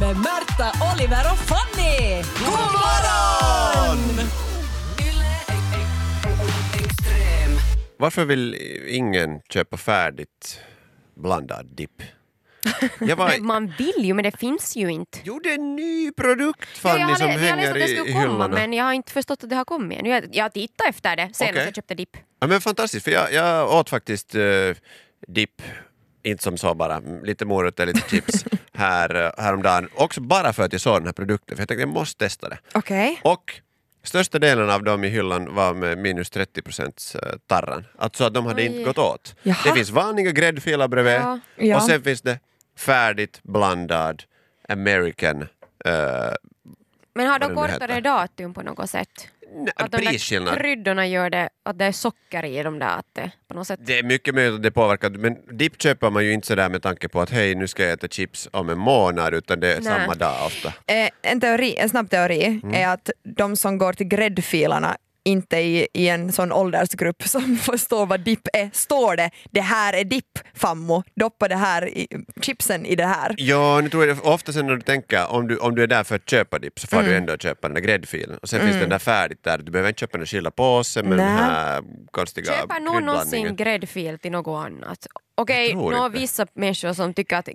hälsa Oliver och Fanny! God morgon! Varför vill ingen köpa färdigt blandad dipp? Jag var... Man vill ju men det finns ju inte. Jo, det är en ny produkt Ja, Fanny jag, som hade, jag hade hänger läst att det i skulle komma hyllorna. men jag har inte förstått att det har kommit ännu. Jag, jag tittade efter det senast Okej. jag köpte dipp. Ja, men fantastiskt, för jag, jag åt faktiskt eh, dipp, inte som så bara, mm, lite morötter, lite chips här, eh, häromdagen. Också bara för att jag såg den här produkten, för jag tänkte jag måste testa det. Okej. Och största delen av dem i hyllan var med minus 30 procents tarran. Alltså att de hade Oj. inte gått åt. Jaha. Det finns vanliga gräddfiler bredvid Ja. Ja. och sen finns det färdigt blandad American eh, Men har Vad de det nu kortare heter. datum på något sätt? nej, Att de där prisskillnad. kryddorna gör det, att det är socker i dem där, att det på något sätt... Det är mycket möjligt att det påverkar, men dipp köper man ju inte sådär med tanke på att hej nu ska jag äta chips om en månad utan det är Nej. samma dag ofta. Eh, en, teori, en snabb teori Mm. är att de som går till gräddfilarna inte i, i en sån åldersgrupp som förstår vad dipp är. Står det det här är dipp fammo, doppa det här i, chipsen i det här. Ja, nu tror jag det, ofta sen när du tänker, om du, om du är där för att köpa dipp så får Mm. du ändå köpa den där gräddfilen. Och sen finns den där färdigt där, du behöver inte köpa den skilda påsen med den Nej. här konstiga Köper någon någonsin kryddblandningen. gräddfil till något annat? Jag Okej, tror okay, nå inte. vissa människor som tycker att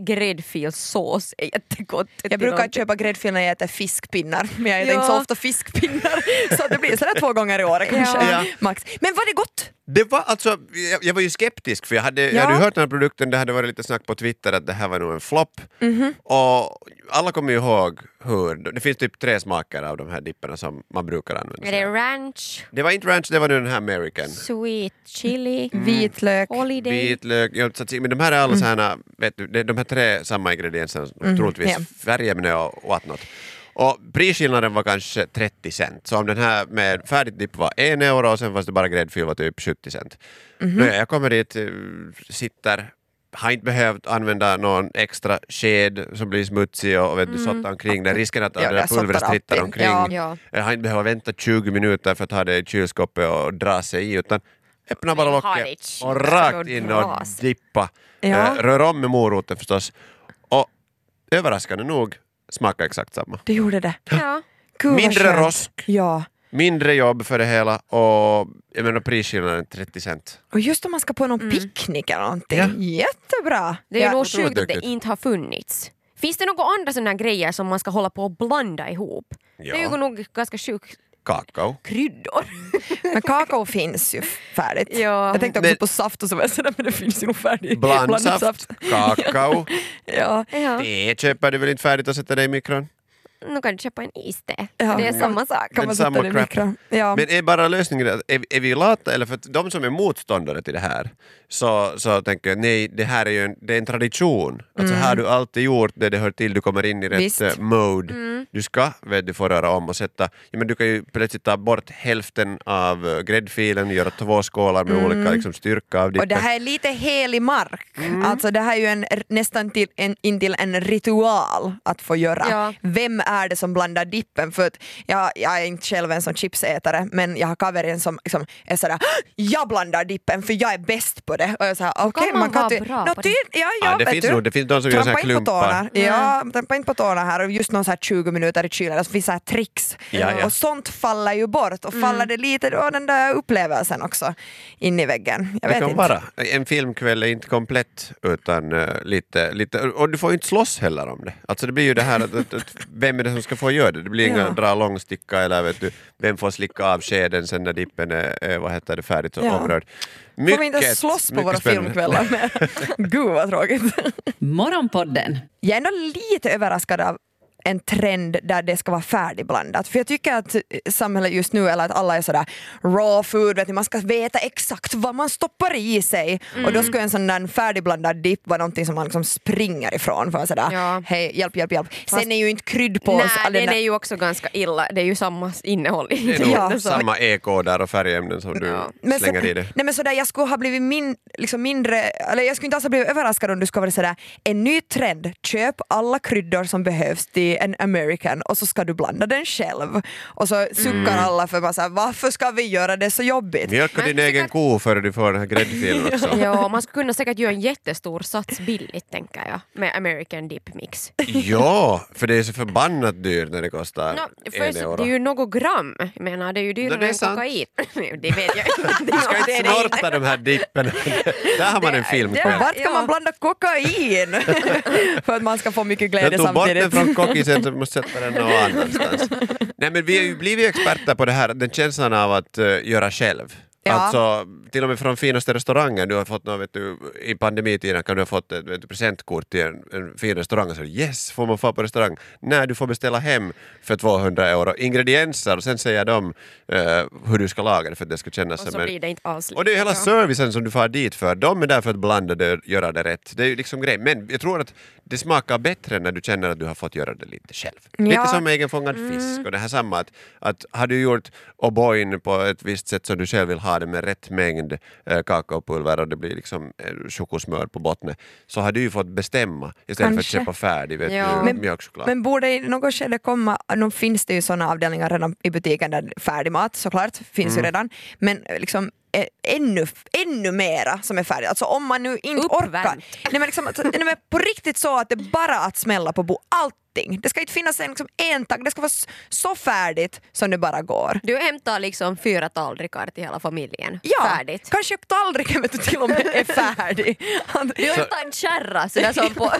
gräddfilssås är jättegott. till Jag brukar någonting. köpa gräddfil när jag äter fiskpinnar, men jag äter Ja. inte så ofta fiskpinnar. Så det blir sådär två gånger i året kanske. Ja. Max. Men var det gott? Det var alltså, jag, jag var ju skeptisk för jag hade, jag Ja. hade ju hört den här produkten, det hade varit lite snack på Twitter att det här var nog en flopp. Mhm. Och alla kommer ju ihåg hur, det finns typ tre smaker av de här dipparna som man brukar använda. Är sig det av. ranch, Det var inte ranch, det var nu den här American. sweet chili, Mm. Vitlök. holiday? Vitlök, ja, tzatziki, men de här är Mm. alla så här, vet du, det är de här tre samma ingredienserna, troligtvis Mm-hmm. ja. färgämne och, och annat. Och prisskillnaden var kanske 30 cent, så om den här med färdigt dipp var en euro och sen fanns det bara gräddfil var typ 70 cent. Mm-hmm. Nåja, jag kommer dit, eh, sitter, har inte behövt använda någon extra sked som blir smutsig och vet du, sotta omkring där. Risken att Mm. Ja, ja, det jag där pulvret sottar alltid. strittar omkring. Ja. Ja. Jag har inte behövt vänta 20 minuter för att ha det i kylskåpet och dra sig i utan öppna bara Men ha det i locket kylen, och så rakt då in och dras. dippa. Ja. Eh, Rör om med moroten förstås. Och överraskande nog smakar exakt samma. Det gjorde det. Ja. Gud, vad Mindre skönt. rosk. Ja. Mindre jobb för det hela och jag menar prisskillnaden 30 cent. Och just om man ska på någon picknick eller någonting. Ja. Jättebra! Det är ja. nog det var sjukt att det duktigt. inte har funnits. Finns det några andra sådana grejer som man ska hålla på och blanda ihop? Det är Ja. ju nog ganska sjukt Kakao. kryddor. Men kakao finns ju färdigt. Ja. Jag tänkte också Men- på saft och så var jag sådär, men det finns ju nog färdigt. Blandsaft, kakao. ja. ja. Det köper du väl inte färdigt och sätter det i mikron? Nu kan du köpa en iste. Ja. Det är samma sak. Kan Men man sätta samma den i crap. mikron? Ja. Men är bara lösningen att är, är vi lata eller för att de som är motståndare till det här så, så tänker jag nej, det här är ju en, det är en tradition. Alltså har du alltid gjort det det hör till, du kommer in i rätt Mm. Visst. Mm. eh, mode. Du ska vet du, få röra om och sätta, ja, men du kan ju plötsligt ta bort hälften av eh, gräddfilen, göra två skålar med olika liksom, styrka av Mm. och det dippen. här är lite helig mark. Mm. Alltså det här är ju en, nästan till en, intill en ritual att få göra. Ja. Vem är det som blandar dippen? För att jag, jag är inte själv en sån chipsätare men jag har kaverin som liksom är sådär "Hå! jag blandar dippen för jag är bäst på det. Och jag säger okej kan man vara bra Nå, på det. ty- Ja, ja, ja, det, vet finns du. nog, det finns de som gör så här Trampa inte på klumpar. Mm. tårna. Ja, trampa inte på tårna här. Och just någon så här 20 minuter i kylen, alltså, det finns så här tricks. Ja, ja. Mm. Och sånt faller ju bort. Och faller det lite, då den där upplevelsen också in i väggen. Jag det vet kan inte. vara. En filmkväll är inte komplett utan eh, lite, lite, och du får ju inte slåss heller om det. Alltså det blir ju det här att, att, att vem är det som ska få göra det? Det blir inga Ja. dra långsticka eller vet du, vem får slicka av skeden sen när dippen är, är vad heter det, färdigt och Ja. omrörd. Får vi inte ens slåss på mycket våra spännande. filmkvällar? mer? Gud vad tråkigt. Morgonpodden Jag är ändå lite överraskad av en trend där det ska vara färdigblandat. För jag tycker att samhället just nu, eller att alla är sådär raw food, vet ni, man ska veta exakt vad man stoppar i sig. Och Mm. då skulle en sån där färdigblandad dipp vara någonting som man liksom springer ifrån för att sådär, Ja. hej, hjälp, hjälp, hjälp. Sen är ju inte kryddpås... Nej, all den där- är ju också ganska illa. Det är ju samma innehåll. Det är nog Ja. samma ekoder och färgämnen som du Men slänger så, i det. Nej men sådär, jag skulle ha blivit min, liksom mindre, eller jag skulle inte alls ha blivit överraskad om du skulle ha varit sådär, en ny trend, köp alla kryddor som behövs till be an American och så ska du blanda den själv. Och så suckar Mm. alla för man säger varför ska vi göra det så jobbigt? Mjölka Men din jag egen tycker ko före du får den här gräddfilen också. Ja, man skulle kunna säkert göra en jättestor sats billigt tänker jag med American Dip Mix. ja, för det är så förbannat dyrt när det kostar No, en först, det euro. är ju något gram, jag menar det är ju dyrare det är än sant. kokain. det vet jag inte. Du ska Det är inte det snorta de här dippen. Där har man en Och filmkväll. vart kan Ja. man blanda kokain? för att man ska få mycket Jag glädje tog bort den samtidigt. från kockisen så måste sätta den någon annanstans. Nej men vi har ju blivit experter på det här, den känslan av att eh, göra själv. Ja. Alltså till och med från finaste restaurangen, du har fått något, vet du, i pandemitiden kan du ha fått ett, ett presentkort till en, en fin restaurang och så yes, får man få på restaurang? Nej, du får beställa hem för 200 euro ingredienser och sen säger de eh, hur du ska laga det för att det ska kännas Och så som en- blir det inte alls och det är hela lika bra. servicen som du far dit för. De är där för att blanda det och göra det rätt. Det är ju liksom grejen. Men jag tror att det smakar bättre när du känner att du har fått göra det lite själv. Lite Ja. Mm. som egenfångad fisk och det här samma att, att har du gjort O'boyn på ett visst sätt som du själv vill ha det med rätt mängd eh, kakaopulver och det blir liksom eh, chokosmör på botten så har du ju fått bestämma istället Kanske. för att köpa färdig vet Ja. du, Men- mjölkchoklad. Men borde i något skede komma, nu finns det ju sådana avdelningar redan i butiken där färdig mat såklart finns ju redan, men liksom eh, ännu, ännu mera som är färdigt. Alltså om man nu inte Uppvärmt. orkar. Nej men, liksom, att- nej men på riktigt så att det bara att smälla på bo, allting. Det ska inte finnas en, liksom, en tagg, det ska vara s- så färdigt som det bara går. Du hämtar liksom fyra tallrikar till hela familjen. Ja, Färdigt. kanske tallriken vet du, till och med är färdig. Du hämtar en kärra sådär som på,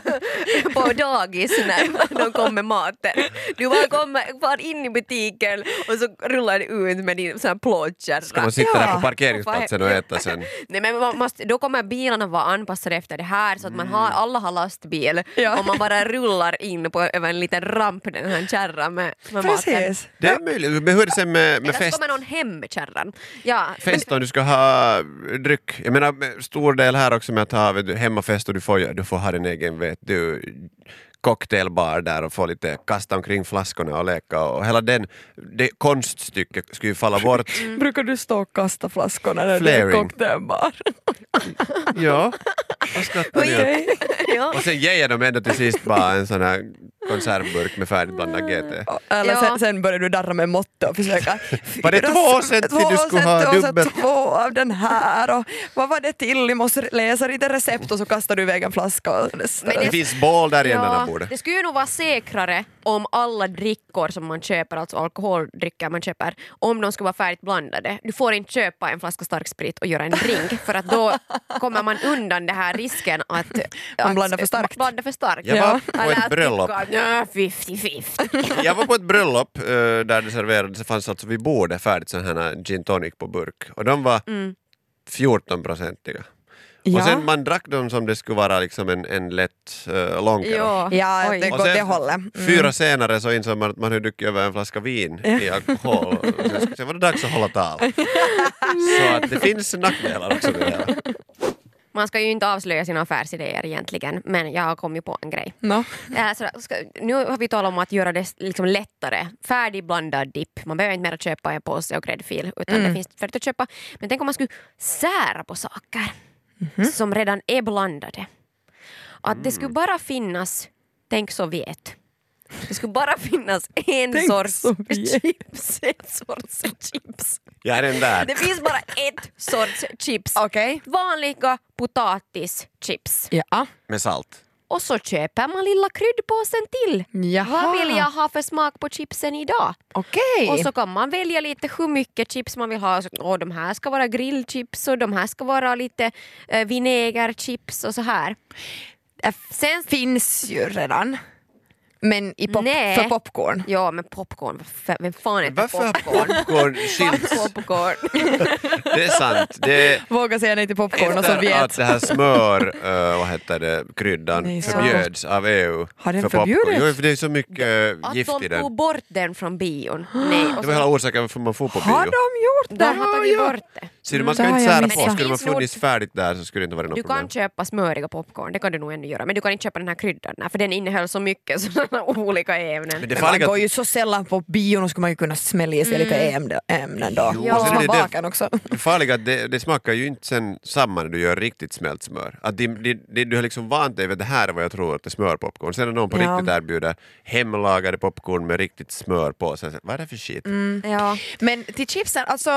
på dagis när de kom med maten. Du bara kommer far in i butiken och så rullar du ut med din sån här plåtkärra. Ska man sitta Ja. där på parkeringsplatsen och äta sen? Nej, men man måste, då kommer bilarna vara anpassade efter det här så att man Mm. har, alla har lastbil Ja. och man bara rullar in på, över en liten ramp den här kärran med, med maten. Precis. Det är möjligt. Men hur är det sen med, med Eller så fest? kommer någon hem med kärran. Ja, Fest om du ska ha dryck. Jag menar med stor del här också med att ha vet du, hemmafest och du får, ju- du får ha din egen vet du, cocktailbar där och få lite kasta omkring flaskorna och leka och hela den, det konststycket skulle ju falla bort. Brukar du stå och kasta flaskorna när du är Flaring. cocktailbar? Ja, vad skrattar ni åt? Okej. ja. Och sen ger de ändå till sist bara en sån här konservburk med färdigblandad GT. Eller Ja. sen, sen börjar du darra med måtte och försöka... Var det två år sedan till Två du år skulle sedan, ha två år sedan, dubbelt? Två av den här och vad var det till? Jag måste läsa lite recept och så kastar du iväg en flaska. Och Men Det det- finns bål där i änden av bordet. det skulle ju nog vara säkrare om alla drickor som man köper, alltså alkoholdrycker man köper, om de skulle vara färdigt blandade. Du får inte köpa en flaska starksprit och göra en drink för att då kommer man undan den här risken att att- blandar för starkt. Blanda för starkt. Jag var på Eller ett att bröllop. tycka att, "Nja, 50-50. Jag var på ett bröllop eh, där det serverades, det fanns alltså vid bordet färdigt sådana här gin tonic på burk och de var 14-procentiga. Mm. Ja. Och sen man drack dem som det skulle vara liksom en, en lätt uh, Ja. Ja, Oj. det Och går sen det hållet. Mm. Fyra senare så insåg man att man hade druckit över en flaska vin i alkohol och sen skulle- sen var det dags att hålla tal. Så att det finns nackdelar också med det här. Man ska ju inte avslöja sina affärsidéer egentligen men jag har kommit på en grej. No. Äh, så ska, nu har vi talat om att göra det liksom lättare. Färdigblandad dipp. Man behöver inte mer köpa en påse och gräddfil utan Mm. det finns färdigt att köpa. Men tänk om man skulle sära på saker Mhm. som redan är blandade. Att det Mm. skulle bara finnas, tänk Sovjet. Det skulle bara finnas en Tänk sorts Sovjet. chips. En sorts chips. Jag är den där. Det finns bara ett sorts chips. Okej. Vanliga potatischips. Ja. Med salt. Och så köper man lilla kryddpåsen till. Jaha. Vad vill jag ha för smak på chipsen idag? Ah. Okej. Och så kan man välja lite hur mycket chips man vill ha. Så, Åh, de här ska vara grillchips och de här ska vara lite eh, vinägerchips och så här. Äh, Sen finns ju redan. Men i pop, Nej. för popcorn. Ja, men popcorn, vad fa- vem fan äter Varför har popcorn? popcorn skilts? popcorn. Det är sant. Det är, Våga säga nej till popcorn och Efter Sovjet. att det här smör, eh, vad heter det, kryddan Nej, så. förbjöds av EU. Har den för popcorn. förbjudits? Jo, för det är så mycket eh, Att gift i de den. tog bort den från bion. Nej, och Det så, var hela orsaken varför man får på Har bio. de gjort det? de har tagit bort det. Ser du, man ska Det inte har jag sära missat. på. Skulle Men man det finns funnits färdigt där så skulle det inte varit Du något problem. kan köpa smöriga popcorn, det kan du nog ännu göra. Men du kan inte köpa den här kryddan här, för den innehöll så mycket sådana olika ämnen. Men det Men man farliga går ju så sällan på bio, nu skulle man ju kunna smälla i sig lite Mm. ämne- ämnen då. Jo, Ja. och sen är Man det bakar det- också. Det farliga är att det, det smakar ju inte sen samma när du gör riktigt smält smör. Att det, det, det, du har liksom vant dig vid att det här är vad jag tror att det är smörpopcorn. Sen när någon på Ja. riktigt erbjuder hemlagade popcorn med riktigt smör på, så är det så här, vad är det för shit? Mm. Ja. Men till chipsen, alltså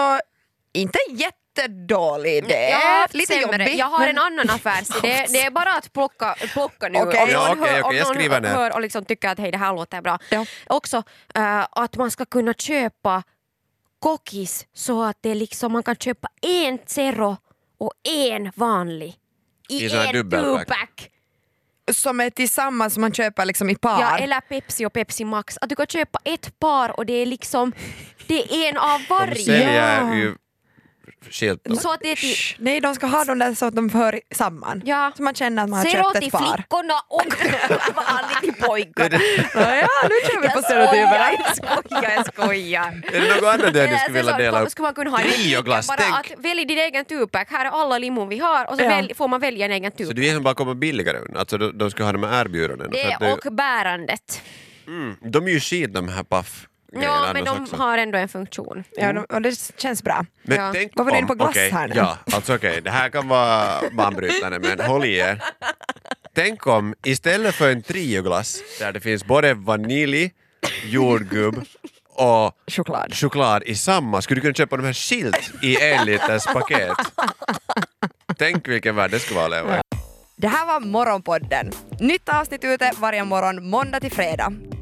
inte en jättedålig idé. Ja, lite Äh, sämre. jobbig. Jag har men- en annan affärsidé. Det är bara att plocka, plocka nu. Okej. om någon Ja, okej, hör, okej, om jag någon skriver ner. hör och liksom tycker att hej, det här låter bra. Ja. Också eh, att man ska kunna köpa kokis så att det liksom, man kan köpa en zero och en vanlig i, I sån här en dubbelpack. tupack. Som är tillsammans, man köper liksom i par. Ja, eller Pepsi och Pepsi Max. Att du kan köpa ett par och det är liksom det är en av De varje. säljer ju skilt dem. Så att det är till, Shh, Nej, de ska ha dem där så att de hör samman. Ja. Så man känner att man har Säg åt köpt till ett par. flickorna och alla till pojkarna. Ja, ja, nu kör vi på stereotyper. Jag skojar, jag skojar. Eh, Är det något annat där du skulle vilja dela upp? Skulle man kunna ha en Rioglass, bara tänk. att välj din egen tupac, här är alla limon vi har och så Ja. välj, får man välja en egen Så tupac. du egentligen bara kommer billigare undan? Alltså de, de ska ha de här erbjudandena? för att Det det- och bärandet. De är ju skit de här paff Ja, men de har ändå en funktion. Ja, de- och det känns bra. Men Ja. tänk Vad var det om- på glass okej, här nu? Ja, alltså okej, det här kan vara banbrytande men håll i er. Tänk om istället för en trioglass där det finns både vanilj, jordgubb och Choklad. choklad i samma, skulle du kunna köpa de här skilt i en liters paket? Tänk vilken värld det skulle vara att leva i. Det här var Morgonpodden. Nytt avsnitt ute varje morgon måndag till fredag.